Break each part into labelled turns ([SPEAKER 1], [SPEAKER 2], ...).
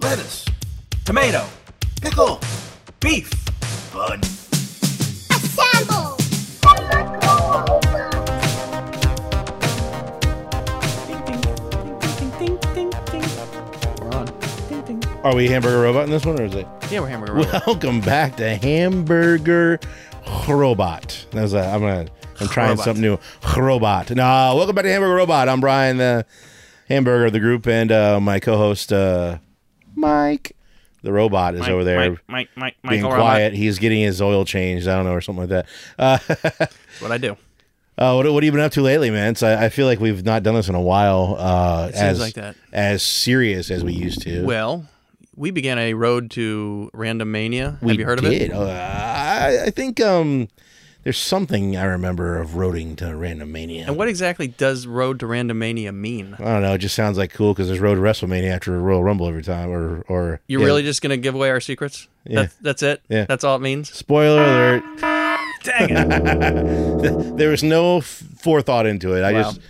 [SPEAKER 1] lettuce,
[SPEAKER 2] tomato,
[SPEAKER 1] pickle,
[SPEAKER 2] beef,
[SPEAKER 1] bun.
[SPEAKER 3] Assemble!
[SPEAKER 4] Ding, ding, ding, ding, ding, ding, ding. We're on. Ding, ding.
[SPEAKER 5] Are we hamburger robot in this one, or is it?
[SPEAKER 4] Yeah, we're hamburger. Robot.
[SPEAKER 5] Welcome back to Hamburger Robot. That was a, I'm gonna I'm trying
[SPEAKER 4] Robot.
[SPEAKER 5] something new. Robot. No, welcome back to Hamburger Robot. I'm Brian, the hamburger of the group, and uh, my co-host uh, Mike, the robot, is
[SPEAKER 4] Mike,
[SPEAKER 5] over there.
[SPEAKER 4] Mike, Mike, Mike,
[SPEAKER 5] being
[SPEAKER 4] Michael
[SPEAKER 5] quiet, he's getting his oil changed. I don't know, or something like that. Uh,
[SPEAKER 4] Robot. What I do.
[SPEAKER 5] Uh, what, what have you been up to lately, man? So I, I feel like we've not done this in a while. Uh,
[SPEAKER 4] seems
[SPEAKER 5] as
[SPEAKER 4] like that.
[SPEAKER 5] as serious as we used to.
[SPEAKER 4] Well, we began a road to random mania.
[SPEAKER 5] we
[SPEAKER 4] Have you heard of
[SPEAKER 5] did.
[SPEAKER 4] it?
[SPEAKER 5] Uh, I, I think um, there's something I remember of roading to Random Mania.
[SPEAKER 4] And what exactly does road to random mania mean?
[SPEAKER 5] I don't know. It just sounds like cool because there's Road to WrestleMania after Royal Rumble every time. Or or
[SPEAKER 4] You're
[SPEAKER 5] yeah.
[SPEAKER 4] really just gonna give away our secrets? That's, that's it.
[SPEAKER 5] Yeah.
[SPEAKER 4] That's all it means.
[SPEAKER 5] Spoiler alert!
[SPEAKER 4] Dang it!
[SPEAKER 5] There was no f- forethought into it. I
[SPEAKER 4] Wow.
[SPEAKER 5] just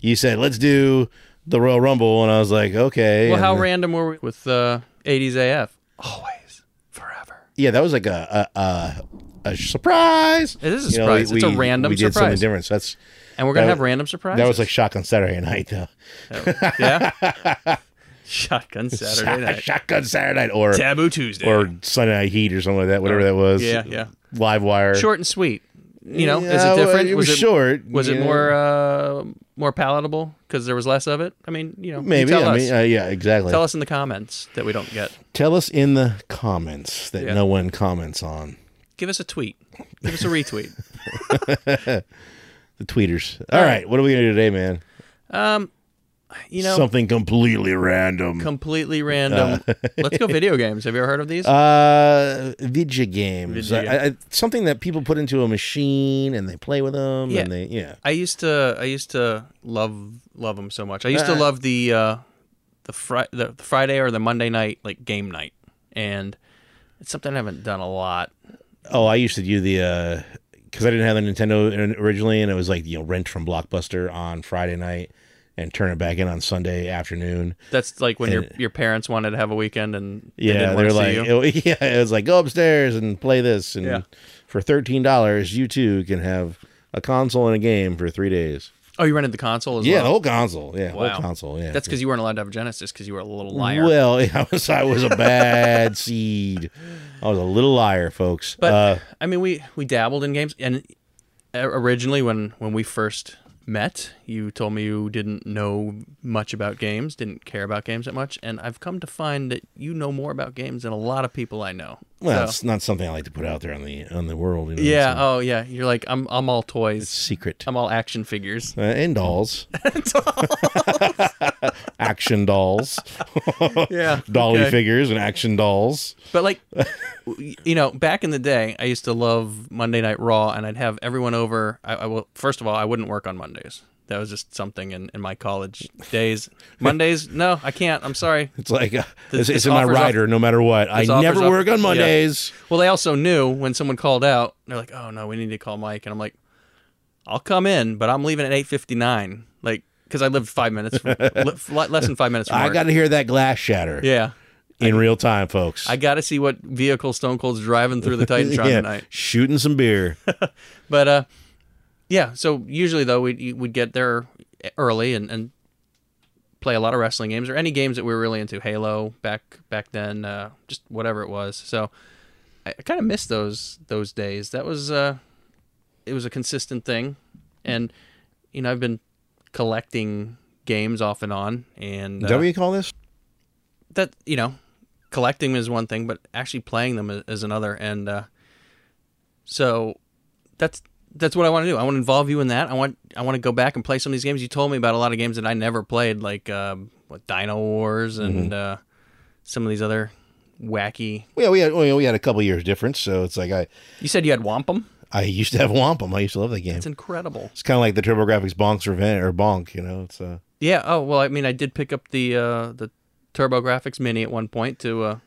[SPEAKER 5] you said let's do the Royal Rumble, and I was like, okay.
[SPEAKER 4] well, how
[SPEAKER 5] and-
[SPEAKER 4] random were we with uh, '80s AF? Always, forever.
[SPEAKER 5] yeah, that was like a a, a, a surprise.
[SPEAKER 4] It is a
[SPEAKER 5] You know,
[SPEAKER 4] surprise. It's a random
[SPEAKER 5] we did something
[SPEAKER 4] surprise.
[SPEAKER 5] different. So that's
[SPEAKER 4] And we're gonna
[SPEAKER 5] That
[SPEAKER 4] have
[SPEAKER 5] was-
[SPEAKER 4] random surprises. Oh,
[SPEAKER 5] that was like shock on Saturday night though.
[SPEAKER 4] yeah. Shotgun Saturday night.
[SPEAKER 5] shock on Saturday night or
[SPEAKER 4] Taboo Tuesday.
[SPEAKER 5] or Sunday night heat or something like that. Whatever that was.
[SPEAKER 4] yeah, yeah.
[SPEAKER 5] Live wire.
[SPEAKER 4] Short and sweet. You know, is
[SPEAKER 5] Yeah,
[SPEAKER 4] it
[SPEAKER 5] well,
[SPEAKER 4] different?
[SPEAKER 5] It was, short.
[SPEAKER 4] Was it
[SPEAKER 5] yeah.
[SPEAKER 4] more uh, more palatable because there was less of it? I mean, you know, you
[SPEAKER 5] Maybe.
[SPEAKER 4] tell
[SPEAKER 5] I
[SPEAKER 4] us.
[SPEAKER 5] mean, uh, yeah, exactly.
[SPEAKER 4] Tell us in the comments that we don't get.
[SPEAKER 5] Tell us in the comments that
[SPEAKER 4] Yeah.
[SPEAKER 5] no one comments on
[SPEAKER 4] Give us a tweet. Give us a retweet.
[SPEAKER 5] the tweeters. All right, what are we gonna do today, man?
[SPEAKER 4] You know,
[SPEAKER 5] something completely random.
[SPEAKER 4] completely random. Let's go video games. Have you ever heard of these?
[SPEAKER 5] Uh, video games.
[SPEAKER 4] Video
[SPEAKER 5] I, I, something that people put into a machine and they play with them.
[SPEAKER 4] Yeah.
[SPEAKER 5] And they, yeah.
[SPEAKER 4] I used to I used to love love them so much. I used to
[SPEAKER 5] Uh,
[SPEAKER 4] love the uh, the, fri- the the Friday or the Monday night like game night, and it's something I haven't done a lot.
[SPEAKER 5] Oh, I used to do the because I didn't have a Nintendo in- originally, and it was like you know rent from Blockbuster on Friday night and turn it back in on Sunday afternoon.
[SPEAKER 4] That's like when your
[SPEAKER 5] And-
[SPEAKER 4] your parents wanted to have a weekend and they
[SPEAKER 5] Yeah,
[SPEAKER 4] didn't
[SPEAKER 5] they
[SPEAKER 4] wanna
[SPEAKER 5] were
[SPEAKER 4] see
[SPEAKER 5] like,
[SPEAKER 4] you.
[SPEAKER 5] it- yeah, it was like go upstairs and play this, and
[SPEAKER 4] Yeah.
[SPEAKER 5] for thirteen dollars, you too can have a console and a game for three days.
[SPEAKER 4] oh, you rented the console as
[SPEAKER 5] yeah, the
[SPEAKER 4] well.
[SPEAKER 5] whole console. Yeah,
[SPEAKER 4] Wow.
[SPEAKER 5] whole console. Yeah,
[SPEAKER 4] That's because you weren't allowed to have a Genesis because you were a little liar.
[SPEAKER 5] Well, I was I was a bad seed. I was a little liar, folks.
[SPEAKER 4] But
[SPEAKER 5] uh,
[SPEAKER 4] I mean, we we dabbled in games, and o- originally when when we first met, you told me you didn't know much about games, didn't care about games that much, and I've come to find that you know more about games than a lot of people I know.
[SPEAKER 5] well,
[SPEAKER 4] So-
[SPEAKER 5] it's not something I like to put out there on the on the world. You know,
[SPEAKER 4] yeah,
[SPEAKER 5] it's a
[SPEAKER 4] oh yeah, you're like I'm I'm all toys,
[SPEAKER 5] secret.
[SPEAKER 4] I'm all action figures.
[SPEAKER 5] Uh, and dolls. action dolls.
[SPEAKER 4] Yeah,
[SPEAKER 5] Dolly
[SPEAKER 4] okay.
[SPEAKER 5] figures and action dolls.
[SPEAKER 4] But like, w- you know, back in the day, I used to love Monday Night Raw, and I'd have everyone over. I, I will first of all, I wouldn't work on Mondays. That was just something in, in my college days. Mondays, no, I can't. I'm sorry.
[SPEAKER 5] It's like, uh, it's, it's
[SPEAKER 4] This- this
[SPEAKER 5] in my
[SPEAKER 4] offers up-
[SPEAKER 5] rider no matter what. I
[SPEAKER 4] this offers
[SPEAKER 5] never
[SPEAKER 4] up-
[SPEAKER 5] work on
[SPEAKER 4] yeah.
[SPEAKER 5] Mondays.
[SPEAKER 4] Well, they also knew when someone called out. They're like, "Oh no, we need to call Mike," and I'm like, "I'll come in, but I'm leaving at 8:59." Like, because I lived five minutes, from, li- li- less than five minutes from
[SPEAKER 5] I
[SPEAKER 4] work.
[SPEAKER 5] got to hear that glass shatter
[SPEAKER 4] yeah.
[SPEAKER 5] in real time, folks.
[SPEAKER 4] I got to see what vehicle Stone Cold's driving through the Titantron
[SPEAKER 5] yeah,
[SPEAKER 4] tonight.
[SPEAKER 5] shooting some beer.
[SPEAKER 4] But uh, yeah. So usually though, we'd we'd get there early and, and play a lot of wrestling games or any games that we were really into. Halo back back then, uh, just whatever it was. So I, I kind of miss those those days. That was uh, it was a consistent thing, and you know I've been collecting games off and on, and
[SPEAKER 5] Is
[SPEAKER 4] uh,
[SPEAKER 5] that what you call this?
[SPEAKER 4] that you know collecting is one thing but actually playing them is, is another and uh, so that's that's what I want to do. I want to involve you in that. I want I want to go back and play some of these games. You told me about a lot of games that I never played, like um, what Dino Wars and uh, some of these other wacky.
[SPEAKER 5] Yeah, we had we we had a couple years difference, so it's like I
[SPEAKER 4] You said you had Wampum.
[SPEAKER 5] I used to have Wampum. I used to love that game.
[SPEAKER 4] It's incredible.
[SPEAKER 5] It's kind of like the TurboGrafx Bonk's Revenge or Bonk, you know. It's uh,
[SPEAKER 4] Yeah. Oh well, I mean, I did pick up the uh, the TurboGrafx Mini at one point to uh,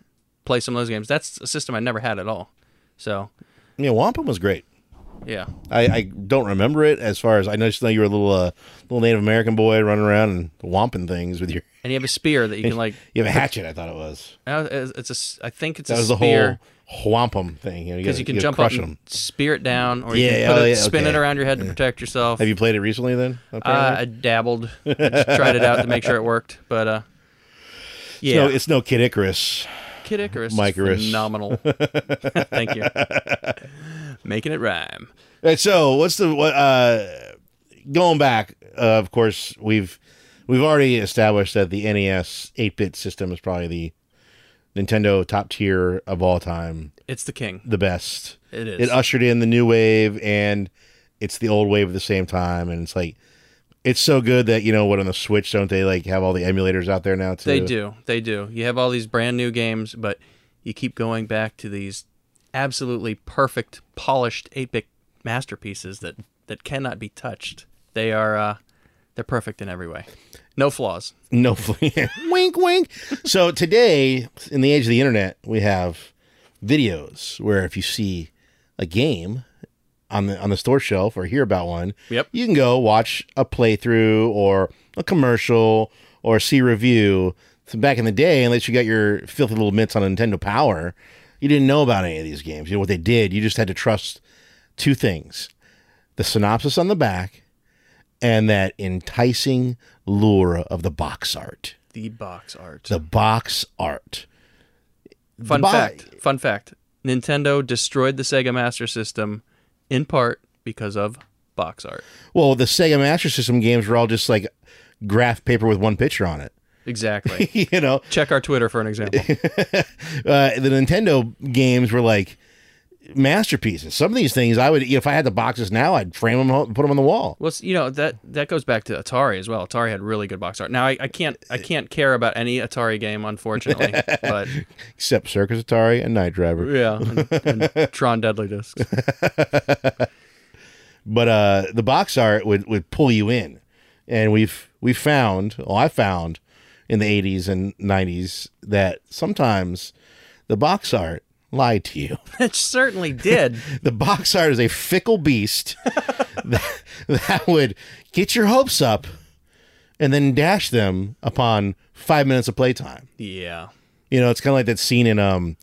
[SPEAKER 4] play some of those games. That's a system I never had at all. So
[SPEAKER 5] yeah, Wampum was great.
[SPEAKER 4] Yeah.
[SPEAKER 5] I, I don't remember it as far as I just know you were a little uh, little Native American boy running around and whomping things with your.
[SPEAKER 4] And you have a spear that you can like.
[SPEAKER 5] You have a hatchet, I thought it was.
[SPEAKER 4] uh, It's it's a. s- I think it's
[SPEAKER 5] That
[SPEAKER 4] a
[SPEAKER 5] was the
[SPEAKER 4] spear
[SPEAKER 5] whole whompum thing. You know,
[SPEAKER 4] because
[SPEAKER 5] gotta-
[SPEAKER 4] you can
[SPEAKER 5] gotta
[SPEAKER 4] jump up
[SPEAKER 5] crush
[SPEAKER 4] and
[SPEAKER 5] 'em.
[SPEAKER 4] spear it down, or you
[SPEAKER 5] Yeah,
[SPEAKER 4] can put
[SPEAKER 5] oh,
[SPEAKER 4] it,
[SPEAKER 5] yeah,
[SPEAKER 4] spin it
[SPEAKER 5] okay.
[SPEAKER 4] around your head to protect yourself.
[SPEAKER 5] Have you played it recently then?
[SPEAKER 4] Uh,
[SPEAKER 5] apparently?
[SPEAKER 4] I dabbled, I just tried it out to make sure it worked, but uh,
[SPEAKER 5] It's
[SPEAKER 4] yeah,
[SPEAKER 5] No, it's no Kid Icarus.
[SPEAKER 4] Kid Icarus, is
[SPEAKER 5] Micarus.
[SPEAKER 4] phenomenal. Thank you, making it rhyme.
[SPEAKER 5] Right, Uh, so what's the what? Uh, going back, uh, of course, we've we've already established that the E NES 8-bit system is probably the Nintendo top tier of all time,
[SPEAKER 4] It's the king.
[SPEAKER 5] the best.
[SPEAKER 4] It is.
[SPEAKER 5] It ushered in the new wave, and it's the old wave at the same time, and it's like. It's so good that you know what on the Switch don't they like have all the emulators out there now too?
[SPEAKER 4] they do. They do. You have all these brand new games, but you keep going back to these absolutely perfect, polished 8-bit masterpieces that that cannot be touched. They are uh, they're perfect in every way. No flaws.
[SPEAKER 5] No, wink, wink. So today, in the age of the internet, we have videos where if you see a game on the on the store shelf or hear about one,
[SPEAKER 4] Yep.
[SPEAKER 5] you can go watch a playthrough or a commercial or see review. So back in the day, unless you got your filthy little mitts on Nintendo Power, you didn't know about any of these games. You know what they did. You just had to trust two things: the synopsis on the back and that enticing lure of the box art.
[SPEAKER 4] The box art.
[SPEAKER 5] The box art.
[SPEAKER 4] Fun
[SPEAKER 5] Dubai.
[SPEAKER 4] fact. Fun fact. Nintendo destroyed the Sega Master System in part because of box art.
[SPEAKER 5] Well, the Sega Master System games were all just like graph paper with one picture on it.
[SPEAKER 4] Exactly.
[SPEAKER 5] you know,
[SPEAKER 4] Check our Twitter for an example.
[SPEAKER 5] uh, the Nintendo games were like masterpieces. Some of these things, I would if I had the boxes now, I'd frame them and put them on the wall.
[SPEAKER 4] Well, it's- you know that that goes back to Atari as well. Atari had really good box art. Now I, I can't I can't care about any Atari game, unfortunately. but
[SPEAKER 5] Except Circus Atari and Night Driver.
[SPEAKER 4] yeah, and, and Tron Deadly Discs.
[SPEAKER 5] but uh, the box art would, would pull you in, and we've we found, well, I found in the '80s and '90s that sometimes the box art lied to you.
[SPEAKER 4] it certainly did.
[SPEAKER 5] The box art is a fickle beast that, that would get your hopes up and then dash them upon five minutes of playtime.
[SPEAKER 4] Yeah,
[SPEAKER 5] You know, it's kind of like that scene in um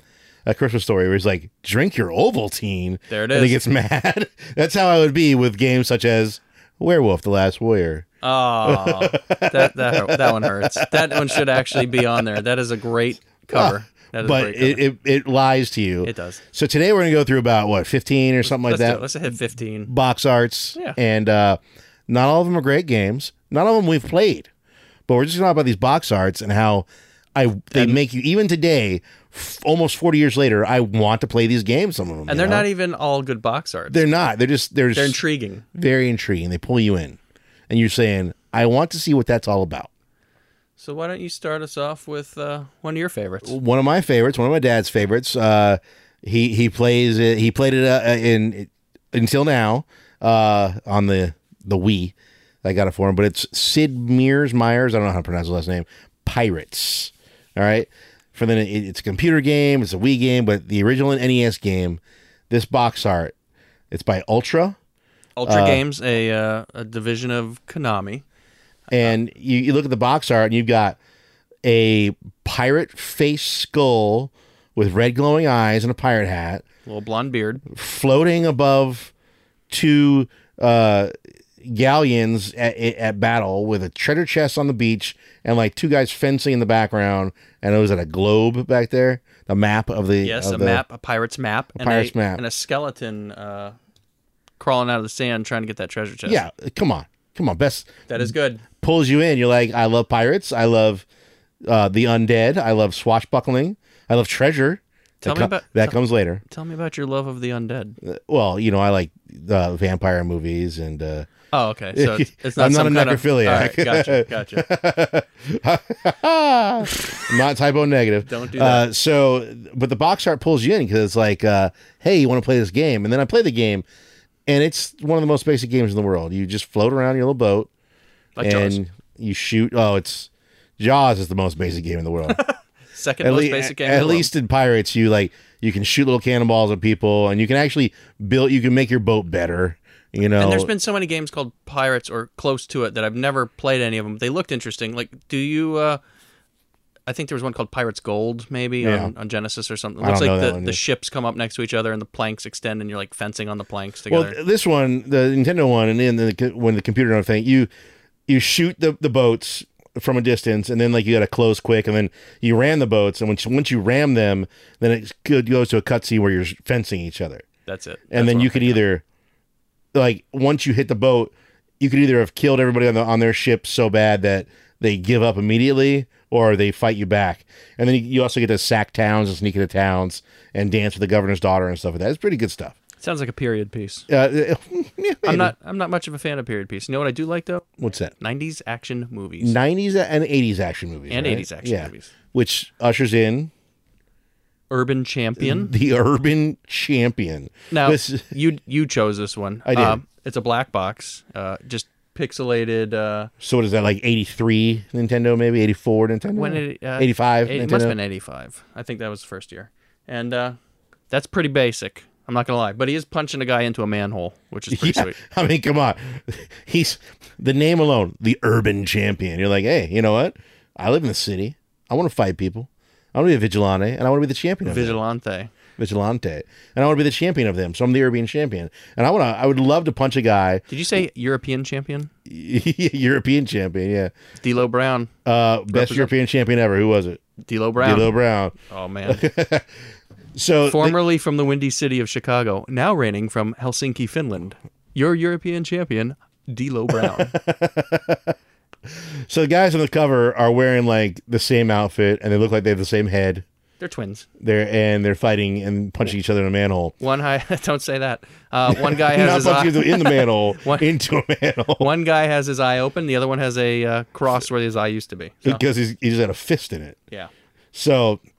[SPEAKER 5] a Christmas story where he's like, "Drink your Ovaltine."
[SPEAKER 4] There it
[SPEAKER 5] And he gets
[SPEAKER 4] is.
[SPEAKER 5] mad. That's how I would be with games such as Werewolf: The Last Warrior.
[SPEAKER 4] oh, that that hurt- that one hurts. That one should actually be on there. That is a great cover. That is a
[SPEAKER 5] Ah, But
[SPEAKER 4] great
[SPEAKER 5] it,
[SPEAKER 4] cover.
[SPEAKER 5] it it lies to you.
[SPEAKER 4] It does.
[SPEAKER 5] So today we're gonna go through about what fifteen or something like
[SPEAKER 4] Let's do
[SPEAKER 5] that
[SPEAKER 4] it. Let's hit fifteen.
[SPEAKER 5] box arts.
[SPEAKER 4] Yeah.
[SPEAKER 5] And uh, not all of them are great games. Not all of them we've played. But we're just gonna talk about these box arts and how I they make you even today, f- almost forty years later. I want to play these games. Some of them,
[SPEAKER 4] And
[SPEAKER 5] you
[SPEAKER 4] they're
[SPEAKER 5] know?
[SPEAKER 4] not even all good box art. They're,
[SPEAKER 5] They're not. They're just. They're, just
[SPEAKER 4] intriguing.
[SPEAKER 5] very intriguing. They pull you in, and you're saying, "I want to see what that's all about."
[SPEAKER 4] So why don't you start us off with uh, one of your favorites?
[SPEAKER 5] One of my favorites, one of my dad's favorites. Uh, he he plays it. He played it uh, in until now uh, on the the Wii. I got it for him, but it's Sid Mears Myers. I don't know how to pronounce the last name. Pirates. All right. For then, it, it's a computer game. It's a Wii game, but the original NES game. This box art. It's by Ultra.
[SPEAKER 4] Ultra Games, a uh, a division of Konami.
[SPEAKER 5] and you, you look at the box art and you've got a pirate face skull with red glowing eyes and a pirate hat
[SPEAKER 4] little blonde beard.
[SPEAKER 5] floating above two uh, galleons at, at battle with a treasure chest on the beach and like two guys fencing in the background and it was at a globe back there the map of the
[SPEAKER 4] Yes,
[SPEAKER 5] of
[SPEAKER 4] a
[SPEAKER 5] the-
[SPEAKER 4] map, a pirate's map, and
[SPEAKER 5] pirate's
[SPEAKER 4] a,
[SPEAKER 5] map.
[SPEAKER 4] and a skeleton uh, crawling out of the sand trying to get that treasure chest.
[SPEAKER 5] yeah come on come on best
[SPEAKER 4] that is good.
[SPEAKER 5] pulls you in. You're like, I love pirates. I love uh, the undead. I love swashbuckling. I love treasure.
[SPEAKER 4] Tell
[SPEAKER 5] that
[SPEAKER 4] me about-
[SPEAKER 5] that comes later.
[SPEAKER 4] Tell me about your love of the undead.
[SPEAKER 5] Well, you know, I like the vampire movies, and uh,
[SPEAKER 4] Oh, okay. So it's, it's not
[SPEAKER 5] I'm not a
[SPEAKER 4] some kind of-
[SPEAKER 5] necrophiliac.
[SPEAKER 4] All right, gotcha, gotcha.
[SPEAKER 5] I'm not typo negative.
[SPEAKER 4] Don't do
[SPEAKER 5] Uh, so, but the box art pulls you in because it's like, uh, hey, you want to play this game? And then I play the game, and it's one of the most basic games in the world. You just float around your little boat,
[SPEAKER 4] Like
[SPEAKER 5] and
[SPEAKER 4] Jaws.
[SPEAKER 5] you shoot. Oh, it's Jaws is the most basic game in the world.
[SPEAKER 4] Second
[SPEAKER 5] At,
[SPEAKER 4] most
[SPEAKER 5] lea-
[SPEAKER 4] basic game. in
[SPEAKER 5] at
[SPEAKER 4] the world.
[SPEAKER 5] least in pirates, you like you can shoot little cannonballs at people, and you can actually build. You can make your boat better. You know,
[SPEAKER 4] And there's been so many games called Pirates or close to it that I've never played any of them. They looked interesting. Like, do you? uh I think there was one called Pirates Gold, maybe
[SPEAKER 5] Yeah.
[SPEAKER 4] on, on Genesis or something.
[SPEAKER 5] I
[SPEAKER 4] looks
[SPEAKER 5] don't
[SPEAKER 4] like
[SPEAKER 5] know that
[SPEAKER 4] the,
[SPEAKER 5] one,
[SPEAKER 4] the
[SPEAKER 5] yeah.
[SPEAKER 4] ships come up next to each other and the planks extend, and you're like fencing on the planks
[SPEAKER 5] well,
[SPEAKER 4] together.
[SPEAKER 5] th- this one, the Nintendo one, and then the, co- when the computer and everything, you you shoot the the boats from a distance, and then like you got to close quick, and then you ram the boats, and once once you ram them, then it go- goes to a cutscene where you're fencing each other.
[SPEAKER 4] That's it.
[SPEAKER 5] and then you could either like once you hit the boat you could either have killed everybody on the on their ship so bad that they give up immediately or they fight you back and then you- you also get to sack towns and sneak into towns and dance with the governor's daughter and stuff like that it's pretty good stuff
[SPEAKER 4] sounds like a period piece.
[SPEAKER 5] uh, yeah, maybe.
[SPEAKER 4] I'm not. I'm not much of a fan of period piece. You know what I do like though?
[SPEAKER 5] what's that
[SPEAKER 4] 90s action movies.
[SPEAKER 5] 90s and 80s action movies
[SPEAKER 4] And
[SPEAKER 5] right?
[SPEAKER 4] 80s action
[SPEAKER 5] Yeah.
[SPEAKER 4] movies.
[SPEAKER 5] which ushers in
[SPEAKER 4] Urban Champion.
[SPEAKER 5] the urban champion
[SPEAKER 4] Now
[SPEAKER 5] This-
[SPEAKER 4] you you chose this one.
[SPEAKER 5] I did.
[SPEAKER 4] Um, it's a black box. Uh, just pixelated. Uh,
[SPEAKER 5] so what is that like 83 nintendo maybe 84 nintendo
[SPEAKER 4] when it uh,
[SPEAKER 5] 85
[SPEAKER 4] it
[SPEAKER 5] Nintendo?
[SPEAKER 4] must have been 85 i think that was the first year and uh, that's pretty basic i'm not gonna lie but he is punching a guy into a manhole which is pretty
[SPEAKER 5] yeah,
[SPEAKER 4] sweet
[SPEAKER 5] I mean, come on. He's the name alone, the urban champion. You're like, hey, you know what? I live in the city. I want to fight people. I want to be a vigilante, and I want to be the champion of them.
[SPEAKER 4] vigilante
[SPEAKER 5] Vigilante, and I want to be the champion of them. So I'm the urban champion, and I want to. I would love to punch a guy,
[SPEAKER 4] did you say european champion
[SPEAKER 5] European champion. Yeah,
[SPEAKER 4] D'Lo brown
[SPEAKER 5] uh, best European champion ever. Who was it?
[SPEAKER 4] D'Lo brown
[SPEAKER 5] D'Lo Brown.
[SPEAKER 4] oh man
[SPEAKER 5] So the-
[SPEAKER 4] formerly from the windy city of chicago now reigning from helsinki finland your european champion D'Lo brown
[SPEAKER 5] so the guys on the cover are wearing like the same outfit, and they look like they have the same head.
[SPEAKER 4] they're twins
[SPEAKER 5] They're and they're fighting and punching each other in a manhole.
[SPEAKER 4] one high don't say that uh, one guy has
[SPEAKER 5] not
[SPEAKER 4] his eye,
[SPEAKER 5] punching into- in the manhole,
[SPEAKER 4] What?
[SPEAKER 5] into a manhole,
[SPEAKER 4] one guy has his eye open the other one has a uh, cross where his eye used to be so,
[SPEAKER 5] because he's, he's got a fist in it.
[SPEAKER 4] yeah
[SPEAKER 5] So